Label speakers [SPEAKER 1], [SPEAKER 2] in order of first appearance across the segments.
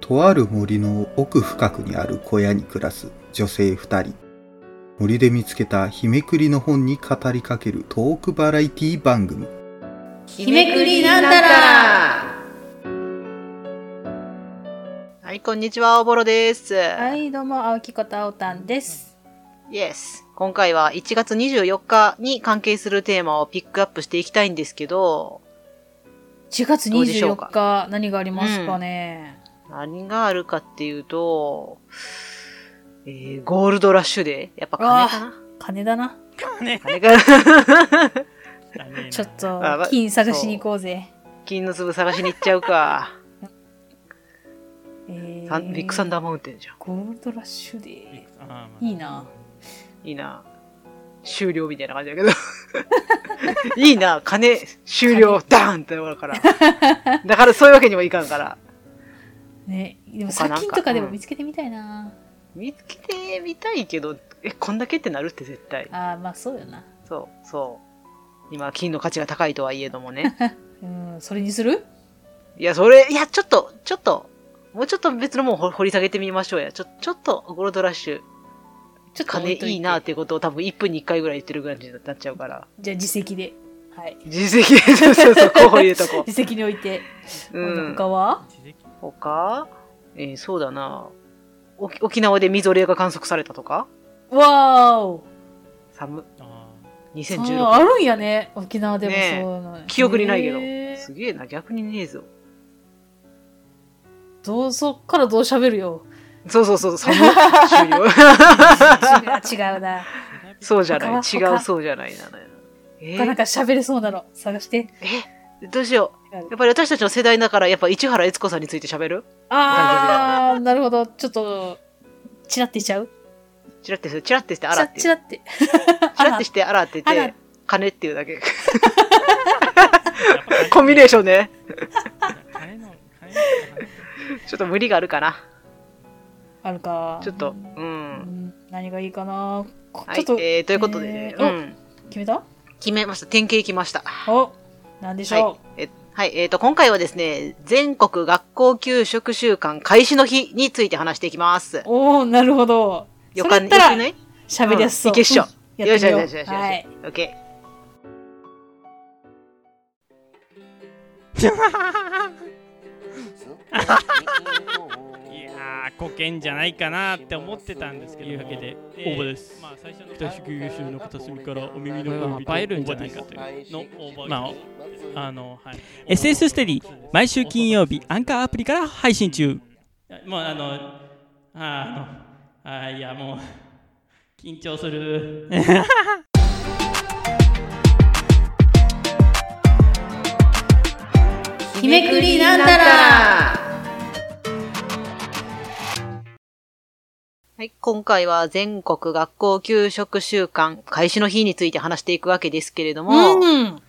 [SPEAKER 1] とある森の奥深くにある小屋に暮らす女性二人。森で見つけた日めくりの本に語りかけるトークバラエティ番組。
[SPEAKER 2] 日めくりなんたら
[SPEAKER 3] はい、こんにちは、おぼろです。
[SPEAKER 2] はい、どうも、青木ことあおたんです。
[SPEAKER 3] イエス。今回は1月24日に関係するテーマをピックアップしていきたいんですけど、
[SPEAKER 2] 4月
[SPEAKER 3] どうでしょ
[SPEAKER 2] 24
[SPEAKER 3] うか
[SPEAKER 2] 日、何がありますかね。
[SPEAKER 3] 何があるかっていうと、えー、ゴールドラッシュで、やっぱ金かな
[SPEAKER 2] 金だな。
[SPEAKER 3] 金が、
[SPEAKER 2] ちょ
[SPEAKER 3] あ
[SPEAKER 2] っと
[SPEAKER 3] ま、
[SPEAKER 2] 金探しに行こうぜ。
[SPEAKER 3] 金の粒探しに行っちゃうか。
[SPEAKER 2] えー
[SPEAKER 3] サンビッグサンダーマウンテンじゃん。
[SPEAKER 2] ゴールドラッシュで。
[SPEAKER 4] あーまあ
[SPEAKER 2] いいな。
[SPEAKER 3] いいな。終了みたいな感じだけど。 いいな、金、終了、ダーンって終わるから。だからそういうわけにもいかんから。
[SPEAKER 2] ね、でも、
[SPEAKER 3] 他
[SPEAKER 2] 殺
[SPEAKER 3] なんか
[SPEAKER 2] 菌とかでも
[SPEAKER 3] うん
[SPEAKER 2] 見つけてみたいな。
[SPEAKER 3] 見つけてみたいけど、え、こんだけってなるって絶対。
[SPEAKER 2] ああ、まあ、そうよな。
[SPEAKER 3] そう、そう。今、金の価値が高いとはいえどもね。
[SPEAKER 2] うん、それにする
[SPEAKER 3] いや、それ、いや、ちょっと、ちょっと、もうちょっと別のもん掘掘り下げてみましょうや。ちょ、ちょっと、ゴールドラッシュ、
[SPEAKER 2] ちょっと置
[SPEAKER 3] 金
[SPEAKER 2] とて
[SPEAKER 3] いいなっていうことを多分1分に1回ぐらい言ってるぐらいになっちゃうから。
[SPEAKER 2] じゃあ、自責で。はい。
[SPEAKER 3] 実績、そうそう そう、候補入れとこ
[SPEAKER 2] 自責に置いて。
[SPEAKER 3] う。うん。
[SPEAKER 2] 他は
[SPEAKER 4] 自力
[SPEAKER 3] 他えーそうだな。沖沖縄でみぞれが観測されたとか
[SPEAKER 2] わーお。
[SPEAKER 3] 寒、
[SPEAKER 4] あー
[SPEAKER 2] あ
[SPEAKER 3] 2016。
[SPEAKER 2] あるんやね。沖縄でもそう
[SPEAKER 3] ねえ
[SPEAKER 2] いうの、
[SPEAKER 3] 記憶にないけど
[SPEAKER 2] へー
[SPEAKER 3] すげえな、逆にねえぞ。
[SPEAKER 2] どうそっからどう喋るよ。
[SPEAKER 3] そうそうそう、 寒い。終了。
[SPEAKER 2] 違うな。
[SPEAKER 3] そうじゃない。
[SPEAKER 2] 他
[SPEAKER 3] 違
[SPEAKER 2] は
[SPEAKER 3] うそうじゃないなのよ。え
[SPEAKER 2] 他なんか喋れそうなの探して。
[SPEAKER 3] えどうしよう。やっぱり私たちの世代だから、やっぱ市原悦子さんについて喋る
[SPEAKER 2] あー、なるほど。ちょっと、チラってしちゃう
[SPEAKER 3] チラッてして、チラッてして、あ
[SPEAKER 2] チ
[SPEAKER 3] ら
[SPEAKER 2] ラ
[SPEAKER 3] っ
[SPEAKER 2] ッ
[SPEAKER 3] て。
[SPEAKER 2] チ
[SPEAKER 3] チラ
[SPEAKER 2] ラっ
[SPEAKER 3] ッ
[SPEAKER 2] て。
[SPEAKER 3] てして、あらって
[SPEAKER 2] あら
[SPEAKER 3] て、金っていうだけ。
[SPEAKER 4] やっぱ金
[SPEAKER 3] コンビネーションね。
[SPEAKER 4] 金の金
[SPEAKER 3] ちょっと無理があるかな。
[SPEAKER 2] あるか。
[SPEAKER 3] ちょっと、う。
[SPEAKER 2] うんん。何がいいかな。こ
[SPEAKER 3] は
[SPEAKER 2] ちょ
[SPEAKER 3] い
[SPEAKER 2] っと、、
[SPEAKER 3] えー、ということでね
[SPEAKER 2] え、ー
[SPEAKER 3] う
[SPEAKER 2] お
[SPEAKER 3] ん。
[SPEAKER 2] 決めた
[SPEAKER 3] 決めました。典型きました。
[SPEAKER 2] おなんでしょ
[SPEAKER 3] えっはい。えっ、と、今回はですね、全国学校給食週間開始の日について話していきます
[SPEAKER 2] う。。おー、なるほど。
[SPEAKER 3] 予
[SPEAKER 2] そ
[SPEAKER 3] 感、よ
[SPEAKER 2] れや
[SPEAKER 3] く
[SPEAKER 2] った
[SPEAKER 3] な
[SPEAKER 2] ら
[SPEAKER 3] い
[SPEAKER 2] 喋りやすそ
[SPEAKER 3] うん
[SPEAKER 2] う。
[SPEAKER 3] いけっしょ
[SPEAKER 2] うんや
[SPEAKER 3] よ
[SPEAKER 2] っ
[SPEAKER 3] して
[SPEAKER 2] み
[SPEAKER 3] よ
[SPEAKER 2] よ
[SPEAKER 3] し
[SPEAKER 2] う
[SPEAKER 3] よしよしよし。
[SPEAKER 2] はい。
[SPEAKER 3] オッケ
[SPEAKER 4] いやー、古見じゃないかなって思ってたんですけど。
[SPEAKER 5] というわけで、
[SPEAKER 4] えー
[SPEAKER 5] 応募です
[SPEAKER 4] まあ、最初の
[SPEAKER 5] 北宿優秀の片隅からお耳
[SPEAKER 4] これ
[SPEAKER 5] の
[SPEAKER 4] は
[SPEAKER 5] 恋人
[SPEAKER 4] 映えるんじゃないかというの
[SPEAKER 5] 応募
[SPEAKER 4] まあ、
[SPEAKER 5] あ
[SPEAKER 4] あの、はい。
[SPEAKER 5] SS ステディ毎週金曜日アンカーアプリから配信中
[SPEAKER 4] もう、あの、あーあの、あーいや、もう、緊張する。
[SPEAKER 3] ー。
[SPEAKER 2] 日めくりなんたら
[SPEAKER 3] はい。今回は全国学校給食週間開始の日について話していくわけですけれども、うん。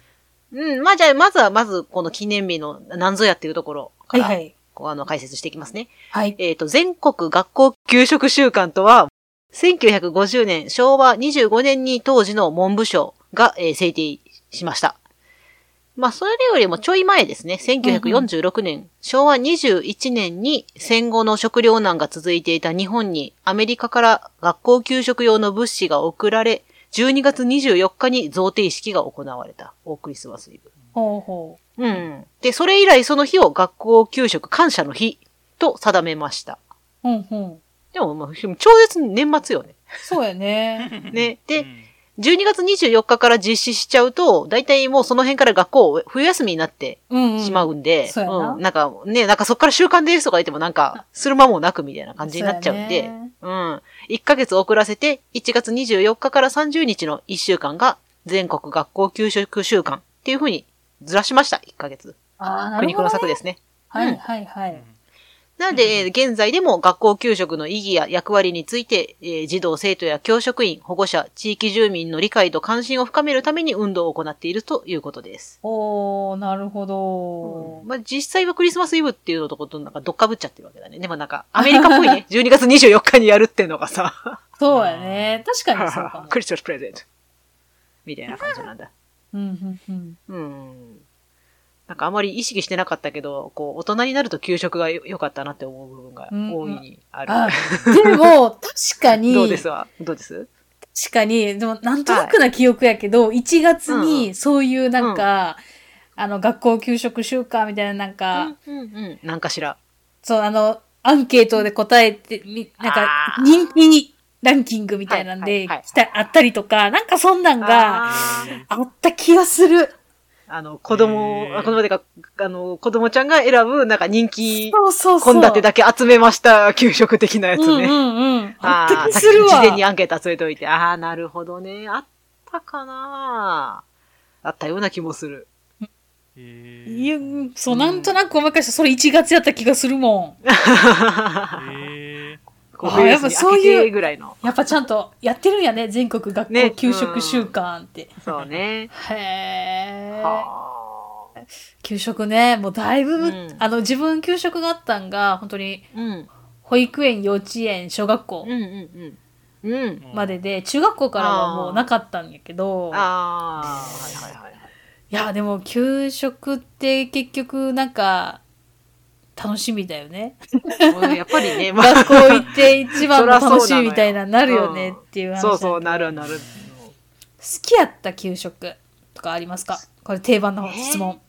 [SPEAKER 2] うん。
[SPEAKER 3] まあじゃあ、まずは、まず、この記念日の何ぞやっていうところ
[SPEAKER 2] は
[SPEAKER 3] か
[SPEAKER 2] い
[SPEAKER 3] ら、
[SPEAKER 2] はい。
[SPEAKER 3] こうあの、解説していきますね。
[SPEAKER 2] はい。
[SPEAKER 3] えっ、と、全国学校給食週間とは、1950年、昭和25年に当時の文部省が、えー制定しました。まあ、それよりもちょい前ですね。1946年、昭和21年に戦後の食糧難が続いていた日本にアメリカから学校給食用の物資が送られ、12月24日に贈呈式が行われた。おクリスマスイブ。
[SPEAKER 2] ほうほう。
[SPEAKER 3] うん。で、それ以来その日を学校給食感謝の日と定めました。
[SPEAKER 2] うんうん。
[SPEAKER 3] でも、まあ、超絶年末よね。
[SPEAKER 2] そう やね。
[SPEAKER 3] ね。
[SPEAKER 4] う
[SPEAKER 3] で、
[SPEAKER 4] ん
[SPEAKER 3] 12月24日から実施しちゃうと、大体もうその辺から学校、冬休みになって
[SPEAKER 2] うん、うん。
[SPEAKER 3] しまうんで、
[SPEAKER 2] そうやなん
[SPEAKER 3] なんかね、なんかそっから週間ですとか言ってもなんか、する間もなくみたいな感じになっちゃうんで、
[SPEAKER 2] そうやね
[SPEAKER 3] うん。1ヶ月遅らせて、1月24日から30日の1週間が、全国学校給食週間っていうふうにずらしました、1ヶ月。
[SPEAKER 2] ああ、なる
[SPEAKER 3] 国
[SPEAKER 2] ほ
[SPEAKER 3] 黒
[SPEAKER 2] ど、
[SPEAKER 3] 策
[SPEAKER 2] ね。
[SPEAKER 3] ですね。
[SPEAKER 2] はいはいはい。
[SPEAKER 3] なので、えー現在でも学校給食の意義や役割について、えー児童、生徒や教職員、保護者、地域住民の理解と関心を深めるために運動を行っているということです。
[SPEAKER 2] おー、なるほど。
[SPEAKER 3] まあ、実際はクリスマスイブっていうのとことなんかどっかぶっちゃってるわけだね。でもなんか、アメリカっぽいね。12月24日 にやるっていうのがさ、
[SPEAKER 2] そうやね。確かにそうか も。
[SPEAKER 3] クリスマスプレゼント。みたいな感じなんだ。
[SPEAKER 2] うんうんうん。
[SPEAKER 3] うん。なんかあまり意識してなかったけど、こう、大人になると給食がよ良かったなって思う部分が大いにある。
[SPEAKER 2] あ、で も、確かに、
[SPEAKER 3] どうですわどうです
[SPEAKER 2] 確かに、でも、なんとなくな記憶やけど、1月にそういうなんか、あの、学校給食週間みたいななんか、
[SPEAKER 3] うんうん。なんかしら。
[SPEAKER 2] そう、あの、アンケートで答えて、みなんか
[SPEAKER 3] あ、ー
[SPEAKER 2] 人気にランキングみたいな
[SPEAKER 3] はい
[SPEAKER 2] ん
[SPEAKER 3] は
[SPEAKER 2] で、
[SPEAKER 3] いはい
[SPEAKER 2] 来た、あったりとか、なんかそんなんが、
[SPEAKER 3] あー
[SPEAKER 2] あった気がする。
[SPEAKER 3] あの、子供
[SPEAKER 5] へ、ー
[SPEAKER 3] あ子供でか、あの、子供ちゃんが選ぶ、なんか人気、
[SPEAKER 2] そうそうそう。
[SPEAKER 3] 献立だけ集めました、給食的なやつね。
[SPEAKER 2] うんうんうん。あ
[SPEAKER 3] あ
[SPEAKER 2] った
[SPEAKER 3] ー
[SPEAKER 2] 気する
[SPEAKER 3] さっき
[SPEAKER 2] わ。
[SPEAKER 3] 事前にアンケート集めておいて、ああ、なるほどね。あったかなあったような気もす る。
[SPEAKER 5] えー
[SPEAKER 2] いや、うんそう、なんとなく思い返した。それ1月やった気がす るもん。
[SPEAKER 5] えー
[SPEAKER 3] こう冬
[SPEAKER 2] やっ
[SPEAKER 3] 休
[SPEAKER 2] ぱ
[SPEAKER 3] み
[SPEAKER 2] そ
[SPEAKER 3] 明
[SPEAKER 2] ういう
[SPEAKER 3] けてぐらいの。
[SPEAKER 2] やっぱちゃんとやってるんやね、全国学校
[SPEAKER 3] ね
[SPEAKER 2] 給食週間って。
[SPEAKER 3] そう ね。
[SPEAKER 2] へー。
[SPEAKER 3] はあ。
[SPEAKER 2] 給食ね、もうだいぶ、
[SPEAKER 3] うん
[SPEAKER 2] あの、自分給食があったんが、本当に、
[SPEAKER 3] うん。
[SPEAKER 2] 保育園、幼稚園、小学校
[SPEAKER 3] うんうんうん。うん。
[SPEAKER 2] までで、中学校からはもうなかったんやけど、
[SPEAKER 3] ああ、はいはいはい。
[SPEAKER 2] いや、でも給食って結局なんか、楽しみだよね。
[SPEAKER 3] もうやっぱりね、ま
[SPEAKER 2] 学校行って一番
[SPEAKER 3] そ
[SPEAKER 2] の
[SPEAKER 3] らそうなのよ
[SPEAKER 2] 楽しみみたいななるよねっていう話
[SPEAKER 3] あ、
[SPEAKER 2] だ
[SPEAKER 3] そうそう、な
[SPEAKER 2] けど
[SPEAKER 3] るなる。
[SPEAKER 2] 好きやった給食とかありますかこれ定番の質問。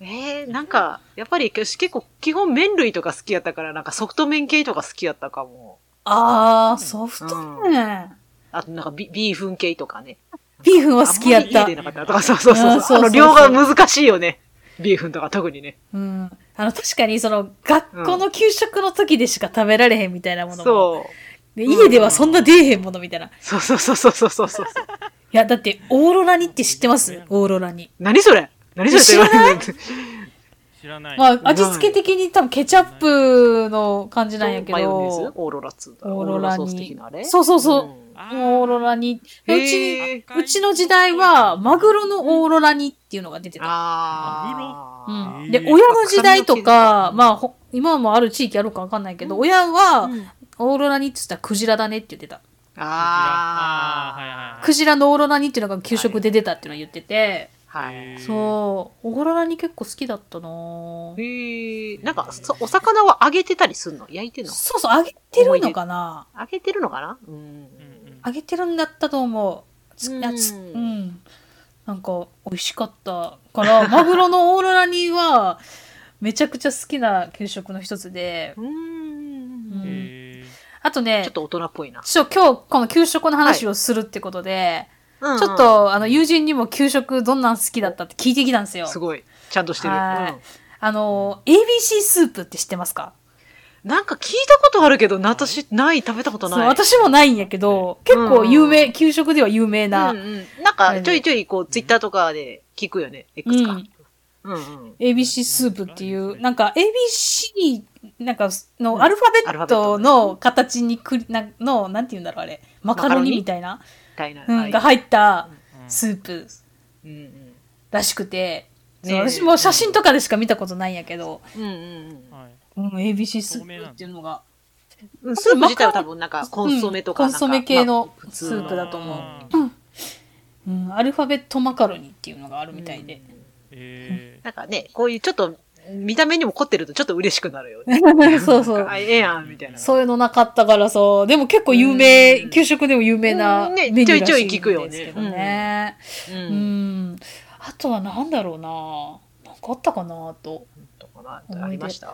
[SPEAKER 3] えー、なんか、やっぱり私結構基本麺類とか好きやったから、なんかソフト麺系とか好きやったかも。
[SPEAKER 2] あー、ソフト麺。
[SPEAKER 3] あとなんかビビーフン系とかね。
[SPEAKER 2] ビーフンは好きや
[SPEAKER 3] あ
[SPEAKER 2] った
[SPEAKER 3] んまり家。でなかったとか、そうそう
[SPEAKER 2] あ
[SPEAKER 3] そ
[SPEAKER 2] ー
[SPEAKER 3] う
[SPEAKER 2] そ
[SPEAKER 3] そうう。
[SPEAKER 2] そ
[SPEAKER 3] あ
[SPEAKER 2] うそう
[SPEAKER 3] の量が難しいよね。ビーフンとか特にね。
[SPEAKER 2] うん。あの、確かにその、学校の給食の時でしか食べられへんみたいなものも。
[SPEAKER 3] そう。
[SPEAKER 2] で家ではそんな出えへんものみたいな。い
[SPEAKER 3] そうそうそうそうそうそうそう。
[SPEAKER 2] や、だって、オーロラにって知ってますオーロラに。
[SPEAKER 3] 何それ何それって言われる
[SPEAKER 5] 知らない。
[SPEAKER 2] まあ、味付け的に多分ケチャップの感じなんやけ
[SPEAKER 3] マヨネーズ
[SPEAKER 2] ど。
[SPEAKER 3] オーロラっつうんだ
[SPEAKER 2] オー
[SPEAKER 3] オー
[SPEAKER 2] ロ
[SPEAKER 3] ロラ
[SPEAKER 2] ラに
[SPEAKER 3] ソース的なあれ
[SPEAKER 2] そうそうそうん
[SPEAKER 5] あー
[SPEAKER 2] オーロラに。うち、
[SPEAKER 3] へー
[SPEAKER 2] うちの時代は、マグロのオーロラにっていうのが出てた。
[SPEAKER 3] あ
[SPEAKER 2] う
[SPEAKER 3] ー
[SPEAKER 2] ん、
[SPEAKER 5] へ
[SPEAKER 2] で、
[SPEAKER 5] ー
[SPEAKER 2] 親の時代とか
[SPEAKER 3] う、ん
[SPEAKER 2] まあ、ほ今はもうある地域あるかわかんないけど、親は、オーロラにって言ったらクジラだねって言ってた。
[SPEAKER 3] あ
[SPEAKER 5] あーはい
[SPEAKER 2] クジラのオーロラにっていうのが給食で出たっていうのは言ってて、
[SPEAKER 3] あ。は
[SPEAKER 5] はい
[SPEAKER 3] い。
[SPEAKER 5] えー。
[SPEAKER 2] そう、オーロラに結構好きだったなぁ
[SPEAKER 3] へえ。なんか、そお魚は揚げてたりすんの焼いてんの
[SPEAKER 2] そうそう、揚げてるのかな
[SPEAKER 3] 揚げてるのかなうん。
[SPEAKER 5] うん
[SPEAKER 2] 揚げてるんだったと思う。つ
[SPEAKER 3] うん
[SPEAKER 2] やつうん。なんか、美味しかったから、 マグロのオーロラには、めちゃくちゃ好きな給食の一つで、
[SPEAKER 3] う
[SPEAKER 2] うん
[SPEAKER 3] ん。
[SPEAKER 5] えー
[SPEAKER 2] あとね、
[SPEAKER 3] ちょっと大人っぽいな。
[SPEAKER 2] ちょ、今日この給食の話をするってことで、
[SPEAKER 3] うんうん
[SPEAKER 2] ちょっ、とあの友人にも給食どんなん好きだったって聞いてきたんですよ。
[SPEAKER 3] すごい。ちゃんとしてる。
[SPEAKER 2] はい
[SPEAKER 3] うん
[SPEAKER 2] あの、ABC スープって知ってますか
[SPEAKER 3] なんか聞いたことあるけど、な私、ない、食べたこと
[SPEAKER 2] そう
[SPEAKER 3] ない。
[SPEAKER 2] 私もないんやけど、結構有名、給食では有名な、
[SPEAKER 3] うんうん、なんか、ちょいちょい、こう、ツイッターとかで聞くよね。いくつか。
[SPEAKER 2] うん
[SPEAKER 3] うんうん。
[SPEAKER 2] ABC スープっていう、なんか ABC なんかのアルファ
[SPEAKER 3] アルファ
[SPEAKER 2] ベッ
[SPEAKER 3] ベッ
[SPEAKER 2] ト
[SPEAKER 3] ト
[SPEAKER 2] の形にくり、なの、なんて言うんだろうあれ、マカロニみたいな、
[SPEAKER 3] みたいな。
[SPEAKER 2] うん、が入ったスープ
[SPEAKER 3] うんうん。
[SPEAKER 2] らしくて、
[SPEAKER 3] ね
[SPEAKER 2] そう私も写真とかでしか見たことないんやけど、
[SPEAKER 3] うんうん
[SPEAKER 5] はい
[SPEAKER 2] うん、ABC スープっていうのが、
[SPEAKER 3] うん。スープ自体は多分、なんか、コンソメとか
[SPEAKER 2] う
[SPEAKER 3] なんん
[SPEAKER 2] コ
[SPEAKER 3] か。
[SPEAKER 2] ンソメ系の
[SPEAKER 3] まあ普
[SPEAKER 2] ス
[SPEAKER 3] 通
[SPEAKER 2] ープだと思う
[SPEAKER 5] あ
[SPEAKER 2] う
[SPEAKER 5] ー
[SPEAKER 2] んうん、アルファベットマカロニっていうのがあるみたいで。
[SPEAKER 5] え
[SPEAKER 3] なんかね、こういうちょっと、見た目にも凝ってるとちょっと嬉しくなるよ ね。
[SPEAKER 2] そうそう
[SPEAKER 3] あ、。ええやん、みたいな。
[SPEAKER 2] そういうのなかったからさ、でも結構有名、
[SPEAKER 3] うん
[SPEAKER 2] 給食でも有名な
[SPEAKER 3] うん
[SPEAKER 2] メ
[SPEAKER 3] ね
[SPEAKER 2] ニューらしいん
[SPEAKER 3] ちょいちょい聞くよね
[SPEAKER 2] ですけどね。
[SPEAKER 3] う。
[SPEAKER 2] うんん。あとはなんだろうな。なんかあったかなと。
[SPEAKER 3] とかなありました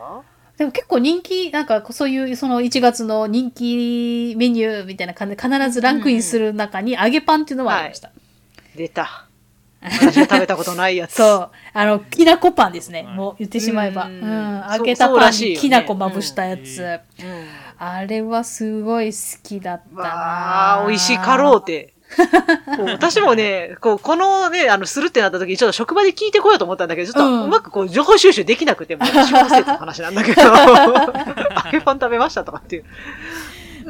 [SPEAKER 2] でも結構人気、なんかそういうその1月の人気メニューみたいな感じで必ずランクインする中に揚げパンっていうのはありました。
[SPEAKER 3] 出た。私は食べたことないやつ。
[SPEAKER 2] そう。あの、きなこパンですね。
[SPEAKER 5] はい
[SPEAKER 2] もう言ってしまえば。う。
[SPEAKER 3] うんん
[SPEAKER 2] 揚げた
[SPEAKER 3] そうそう
[SPEAKER 2] パン
[SPEAKER 3] らしいよ
[SPEAKER 2] に
[SPEAKER 3] ね
[SPEAKER 2] きなこまぶしたやつ。
[SPEAKER 5] うんへ
[SPEAKER 3] うん。
[SPEAKER 2] あれはすごい好きだったな
[SPEAKER 3] わあ、美味しいかろう
[SPEAKER 2] う。
[SPEAKER 3] て。こう私もね、こう、このね、あの、するってなった時に、ちょっと職場で聞いてこようと思ったんだけど、ちょっ
[SPEAKER 2] うん
[SPEAKER 3] とうまくこう、情報収集できなくて、もう、小説の話なんだ けど、揚げパン食べましたとかっていう。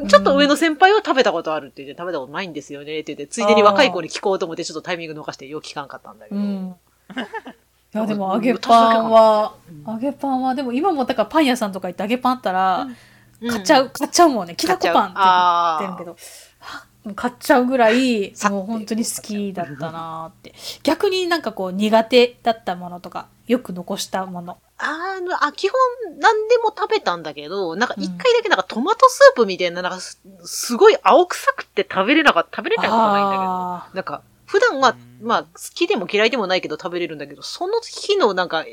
[SPEAKER 3] ちょっと上の先輩は食べたことあるって言って、食べたことないんですよねって言って、ついでに若い子に聞こうと思って、ちょっとタイミング逃してよう聞かんかったんだけ
[SPEAKER 2] う
[SPEAKER 3] ど。
[SPEAKER 2] ん。いや、でも揚げパンは、揚げパンは、でも今もだからパン屋さんとか行って揚げパンあったら、買っちゃう、買っちゃうもんね。きなこパンって言ってるけど。あもう買っちゃうぐらい
[SPEAKER 3] さ
[SPEAKER 2] もう本当に好きだったなーって逆になんかこう苦手だったものとかよく残したもの
[SPEAKER 3] あの、あ、基本何でも食べたんだけど、なんか
[SPEAKER 2] うん
[SPEAKER 3] 一回だけなんかトマトスープみたいな、なんかすすごい青臭くて食べれなかった、食べれないことないんだけど。
[SPEAKER 2] あ
[SPEAKER 3] なんか、普段は、まあ、好きでも嫌いでもないけど食べれるんだけど、その日のなんか、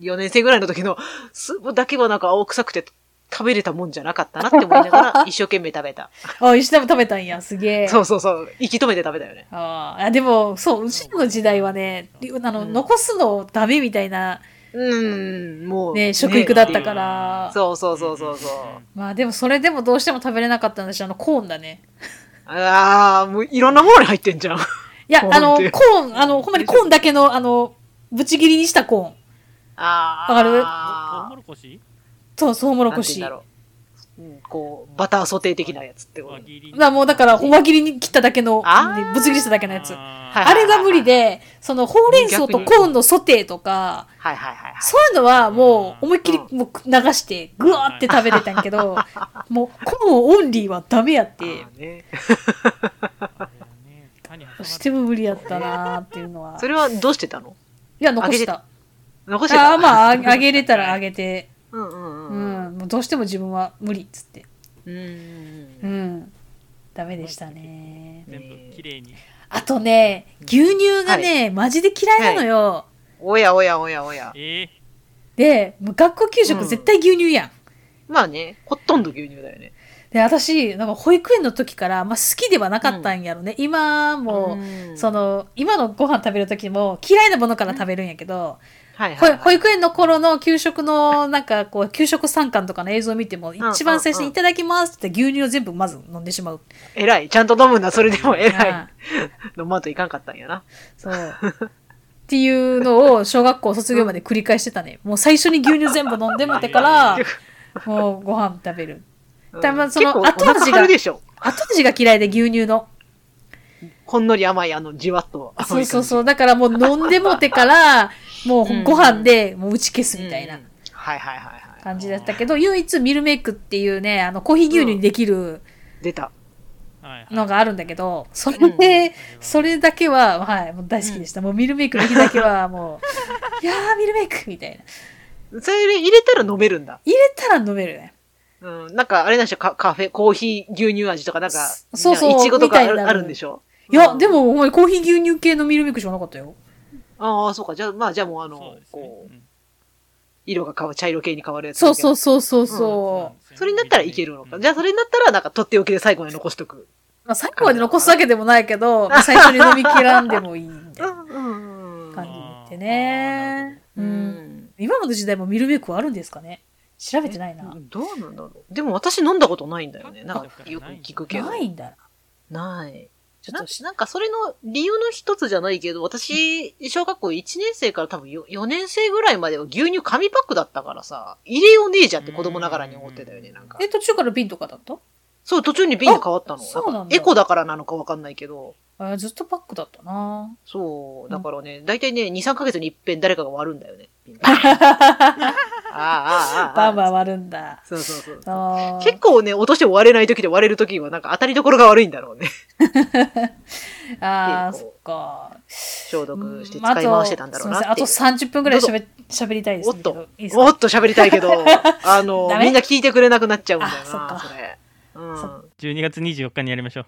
[SPEAKER 3] 4年生ぐらいの時のスープだけはなんか青臭くて食べれたもんじゃなかったなって思いなが ら一生懸命食べた。
[SPEAKER 2] ーあ石田も食べたんやすげえ
[SPEAKER 3] そうそうそう。息止めて食べたよね。
[SPEAKER 2] あーあでもそううちの時代はねあの、
[SPEAKER 3] うん
[SPEAKER 2] 残すのダメみたいな
[SPEAKER 3] うーん、もう。
[SPEAKER 2] ね食育だったか
[SPEAKER 3] ね
[SPEAKER 2] ら、
[SPEAKER 3] そうそうそうそうそう。
[SPEAKER 2] まあでもそれでもどうしても食べれなかったんだしあのコーンだね
[SPEAKER 3] ああ、もういろんなものに入ってんじゃん。
[SPEAKER 2] いや
[SPEAKER 3] コーン
[SPEAKER 2] あのコ
[SPEAKER 3] って
[SPEAKER 2] ーンあのほんまにコーンだけのあのぶち切りにしたコーン
[SPEAKER 3] ああ。
[SPEAKER 2] わかる
[SPEAKER 5] トウモ
[SPEAKER 3] あ
[SPEAKER 5] ロコシ
[SPEAKER 2] とトウモロ
[SPEAKER 3] あ。な
[SPEAKER 2] コ
[SPEAKER 3] んて言うん
[SPEAKER 2] シ
[SPEAKER 3] だろう。うん、こう、バターソテー的なやつってこと。
[SPEAKER 5] 輪切り
[SPEAKER 2] なもうだから、輪切りに切っただけの
[SPEAKER 3] あ、ー
[SPEAKER 2] ぶつ切りしただけのやつ。あ
[SPEAKER 5] あ
[SPEAKER 3] はい
[SPEAKER 2] れが無理で、その、ほうれん草と
[SPEAKER 3] 逆に
[SPEAKER 2] コーンのソテーとか、
[SPEAKER 3] はいはいはいはい。
[SPEAKER 2] そういうのはもう思いっきり
[SPEAKER 3] う
[SPEAKER 2] もう流して、ぐわーって食べれたんやけど、もうコーンオンリーはダメやっ
[SPEAKER 3] あ、
[SPEAKER 2] て
[SPEAKER 3] ーね。
[SPEAKER 5] ーね歯に挟ま
[SPEAKER 2] ど
[SPEAKER 5] る
[SPEAKER 2] うしても無理やったなーっていうのは。
[SPEAKER 3] それはどうしてたの
[SPEAKER 2] いや、残した。
[SPEAKER 3] 残してた
[SPEAKER 2] ああ、まあ、ああげれたらあげて、
[SPEAKER 3] うんうん
[SPEAKER 2] う
[SPEAKER 3] うん。
[SPEAKER 2] ん、もうどうしても自分は無理っつって。
[SPEAKER 3] うんう
[SPEAKER 2] うんん。ダメでしたね。
[SPEAKER 5] 全部綺麗に
[SPEAKER 2] あとね、牛乳がね、マジで嫌いなのよ。
[SPEAKER 3] おやおやおやおや。
[SPEAKER 5] えー
[SPEAKER 2] で、もう学校給
[SPEAKER 3] う
[SPEAKER 2] 食
[SPEAKER 3] ん
[SPEAKER 2] 絶対牛乳やん。
[SPEAKER 3] まあね、ほとんど牛乳だよね。
[SPEAKER 2] で、私、なんか保育園の時から、まあ好きではなかったんやろね。今も、
[SPEAKER 3] う
[SPEAKER 2] そ、の、今のご飯食べる時も嫌いなものから食べるんやけど、
[SPEAKER 3] はいはい
[SPEAKER 2] ほ
[SPEAKER 3] はい
[SPEAKER 2] 保育園の頃の給食の、なんかこう、給食参観とかの映像を見ても、
[SPEAKER 3] ん
[SPEAKER 2] 一番最初
[SPEAKER 3] う
[SPEAKER 2] に
[SPEAKER 3] ん
[SPEAKER 2] いただきますって言って牛乳を全部まず飲んでしまう。
[SPEAKER 3] い。偉い。ちゃんと飲むな、それでも
[SPEAKER 2] うん
[SPEAKER 3] 偉い。飲まんといかんかったんやな。
[SPEAKER 2] そう。っていうのを小学校卒業まで繰り返してたね。もう最初に牛乳全部飲んでもてから、もうご飯食べる。
[SPEAKER 3] うん
[SPEAKER 2] 多分そ
[SPEAKER 3] 結
[SPEAKER 2] の
[SPEAKER 3] 構お腹
[SPEAKER 2] 後味が
[SPEAKER 3] 張るでしょ。
[SPEAKER 2] 後味が嫌いで牛乳の。
[SPEAKER 3] ほんのり甘い、あの、じわっと。
[SPEAKER 2] そうそう
[SPEAKER 3] う。
[SPEAKER 2] そう。だからもう飲んでもて から、もうご飯でもう打ち消すみたいな
[SPEAKER 3] うん。はいはいはいは
[SPEAKER 2] 感じだったけど、唯一ミルメイクっていうね、あのコーヒー牛乳にできる
[SPEAKER 3] い。出た。
[SPEAKER 5] はいはい
[SPEAKER 2] のがあるんだけど、それ
[SPEAKER 3] う
[SPEAKER 2] で、それだけは、はい、もう大好きでした。もうミルメイクの日だけ はもう、いやーミルメイクみたいな。
[SPEAKER 3] それ入れたら飲めるんだ。
[SPEAKER 2] 入れたら飲めるね。
[SPEAKER 3] うん。なんか、あれなんでしょカカフェ、コーヒー、牛乳味とか、なんか、
[SPEAKER 2] そうそう
[SPEAKER 3] いちごとかあ
[SPEAKER 2] みたいにな
[SPEAKER 3] る
[SPEAKER 2] る
[SPEAKER 3] あるんでしょ
[SPEAKER 2] いや、で、もお前コーヒー牛乳系のミルメイクじゃなかったよ。
[SPEAKER 3] ああ、そうか。じゃあ、まあ、じゃあもう、あ
[SPEAKER 5] そう
[SPEAKER 3] の
[SPEAKER 5] で、すね
[SPEAKER 3] こう
[SPEAKER 5] う、ん
[SPEAKER 3] 色が変わ、茶色系に変わるやつ。
[SPEAKER 2] そうそうそうそうそ
[SPEAKER 5] なんですよね
[SPEAKER 3] それになったらいけるのか。じゃあ、それになったら、なんか、とっておきで最後に残しとく。
[SPEAKER 2] う。まあ、最後まで残すわけでもないけど、最初に飲み切らんでもいいみたいな。
[SPEAKER 3] うん
[SPEAKER 2] 感じでね。
[SPEAKER 3] う
[SPEAKER 2] うん。
[SPEAKER 3] ん。
[SPEAKER 2] 今の時代もミルメイクはあるんですかね調べてないな。
[SPEAKER 3] どうなんだろう。でも、私飲んだことないんだよね。なんか、よく聞くけど。
[SPEAKER 2] ないんだ。
[SPEAKER 3] ない。
[SPEAKER 2] ちょっ
[SPEAKER 3] な
[SPEAKER 2] とし
[SPEAKER 3] なんかそれの理由の一つじゃないけど、私、小学校1年生から多分 4, 年生ぐらいまでは牛乳紙パックだったからさ、入れようねえじゃんって子供ながらに思ってたよね、なんか
[SPEAKER 2] え、。途中から瓶とかだった
[SPEAKER 3] そう、途中に瓶に変わったの。
[SPEAKER 2] あそうなんだ
[SPEAKER 3] かエコだからなのかわかんないけど、
[SPEAKER 2] あずっとパックだっ たな。
[SPEAKER 3] そう、だからね、大体ね、2、3ヶ月に一遍誰かが割るんだよね。 瓶ああああああ
[SPEAKER 2] バンバン割るんだ。
[SPEAKER 3] そうそうそう。
[SPEAKER 2] あー
[SPEAKER 3] 結構ね、落としても割れない時で割れる時はなんか当たりどころが悪いんだろうね。
[SPEAKER 2] あー、
[SPEAKER 3] 結
[SPEAKER 2] そ
[SPEAKER 3] 構
[SPEAKER 2] っか。
[SPEAKER 3] 消毒して
[SPEAKER 2] うんまあ
[SPEAKER 3] 使い回してたんだろうなっ
[SPEAKER 2] あ
[SPEAKER 3] ていう。
[SPEAKER 2] とすいませんあと30分ぐらいしゃべ喋りたいです
[SPEAKER 3] おっ
[SPEAKER 2] ね。
[SPEAKER 3] と
[SPEAKER 2] いいで、すか
[SPEAKER 3] もっと喋りたいけど、 あの
[SPEAKER 2] ダ、メ
[SPEAKER 3] みんな聞いてくれなくなっちゃうんだよ
[SPEAKER 2] あそっか
[SPEAKER 3] な、それ。
[SPEAKER 2] そ
[SPEAKER 5] 12月24日にやりましょう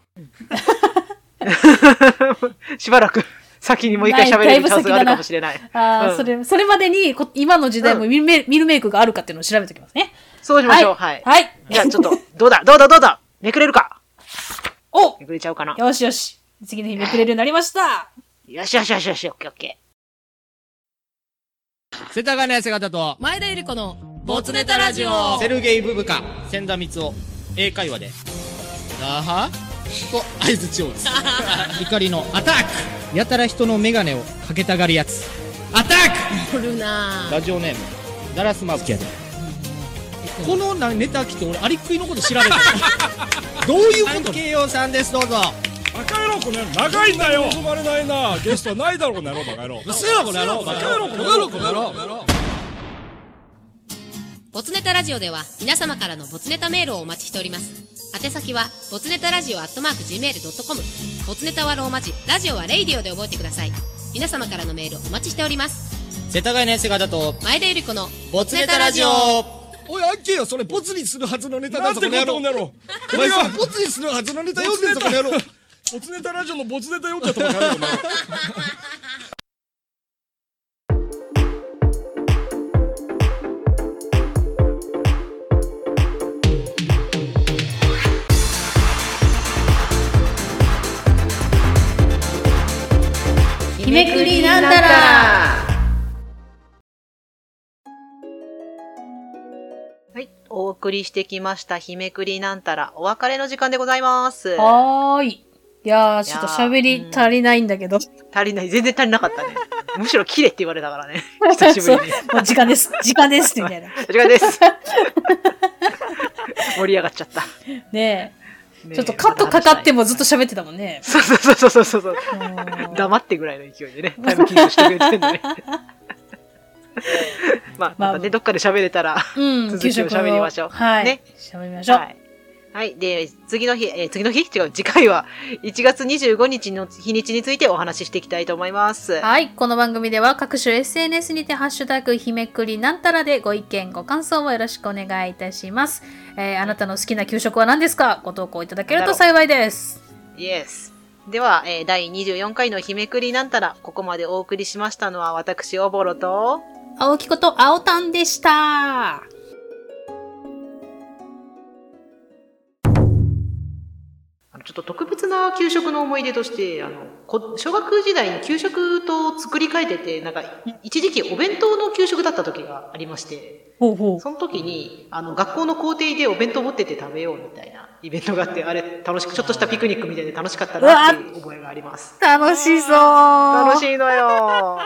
[SPEAKER 3] うん、しばらく先にもう一回喋れるチャンスがあるかもしれない。
[SPEAKER 2] あー
[SPEAKER 3] うん
[SPEAKER 2] それ、それまでに、こ今の時代もミルメミルメイクがあるかっていうのを調べておきますね。
[SPEAKER 3] そうしましょう。はい。
[SPEAKER 2] はい。
[SPEAKER 3] じゃあちょっと、 どうだどうだどうだめくれるか
[SPEAKER 2] お
[SPEAKER 3] めくれちゃうかなよ
[SPEAKER 2] よしよし。次の日めくれるようになりました。
[SPEAKER 3] しよしよしよし、オッケーオッケ
[SPEAKER 6] 世田谷姿と前田ゆり子のボツネタラジオセルゲイブブカ千田光雄英会話であはと相づちを打 つ怒りのアタックやたら人の眼鏡をかけたがるやつアタックおるなラジオネームガラスマスキアでこのなネタ来て俺アリクイのこと調 べてるどういうこと慶応さんですどうぞ
[SPEAKER 7] バカ野郎この野郎長いんだよ望まれないなゲストないだろこの野郎バカ野郎
[SPEAKER 6] うせろこの野郎バカ野郎この野郎この野郎
[SPEAKER 8] ボツネタラジオでは皆様からのボツネタメールをお待ちしております。宛先は、ボツネタラジオアットマーク Gmail.com。ボツネタはローマ字、ラジオはレイディオで覚えてください。皆様からのメールお待ちしております。
[SPEAKER 6] 世田谷のセガだと、
[SPEAKER 8] 前田ゆり子の、
[SPEAKER 6] ボ
[SPEAKER 8] ボ
[SPEAKER 6] ツ
[SPEAKER 8] ツ
[SPEAKER 6] ネ
[SPEAKER 8] ネ
[SPEAKER 6] タ
[SPEAKER 8] タ
[SPEAKER 6] ラ
[SPEAKER 8] ラ
[SPEAKER 6] ジ
[SPEAKER 8] ジ
[SPEAKER 6] オ
[SPEAKER 8] オ
[SPEAKER 6] おい、あっけよ、それ、ボツにするはずのネタ
[SPEAKER 7] な
[SPEAKER 6] だ
[SPEAKER 7] ん
[SPEAKER 6] ぞ、
[SPEAKER 7] て
[SPEAKER 6] こ
[SPEAKER 7] こ
[SPEAKER 6] の野
[SPEAKER 7] と
[SPEAKER 6] 郎
[SPEAKER 7] に。なろ
[SPEAKER 6] お前さ、ボツにするはずのネタ読んでんぞ、この野郎。
[SPEAKER 7] うボツネタラジオのボツネタ読んだとこやろうな
[SPEAKER 2] 日めくりなんたら
[SPEAKER 3] はい。お送りしてきました、日めくりなんたら、お別れの時間でございます。
[SPEAKER 2] はーい。いやー、ちょっと喋り足りないんだけど。
[SPEAKER 3] 足りない、全然足りなかったね。むしろ綺麗って言われたからね。久しぶりに。
[SPEAKER 2] そうもう時 間です。時間です。みたいな。
[SPEAKER 3] 時間です。盛り上がっちゃった。
[SPEAKER 2] ねえ。ちょっとカットかかってもずっと喋ってたもんね。
[SPEAKER 3] そうそうそうそうそうそう。
[SPEAKER 2] うん
[SPEAKER 3] 黙ってぐらいの勢い でね、タイムキープしてくれてるんでね。まあ、またね、どっかで喋れたら。
[SPEAKER 2] うん、
[SPEAKER 3] 続きを喋りましょう
[SPEAKER 2] 給食をはい。
[SPEAKER 3] ね
[SPEAKER 2] 喋りましょう。
[SPEAKER 3] はい。はい。で、次の日、えー次の日違う、次回は1月25日の日にちについてお話ししていきたいと思います。は
[SPEAKER 2] はい。この番組では各種 SNS にてハッシュタグひめくりなんたらでご意見、ご感想をよろしくお願いいたします。えーあなたの好きな給食は何ですかご投稿いただけると幸いです。
[SPEAKER 3] イエス。では、えー第24回の日めくりなんたら、ここまでお送りしましたのは私、おぼろと、
[SPEAKER 2] 青木こと青たんでした。
[SPEAKER 3] あのちょっと特別な給食の思い出として、あの、こ小学時代に給食と作り変えてて、なんか、一時期お弁当の給食だった時がありまして、
[SPEAKER 2] ほうほ
[SPEAKER 3] その時に、あの、学校の校庭でお弁当持ってって食べようみたいなイベントがあって、あれ、楽しく、ちょっとしたピクニックみたいで楽しかったなっていう覚えがあります。
[SPEAKER 2] う。楽しそう。
[SPEAKER 3] 楽しいのよ。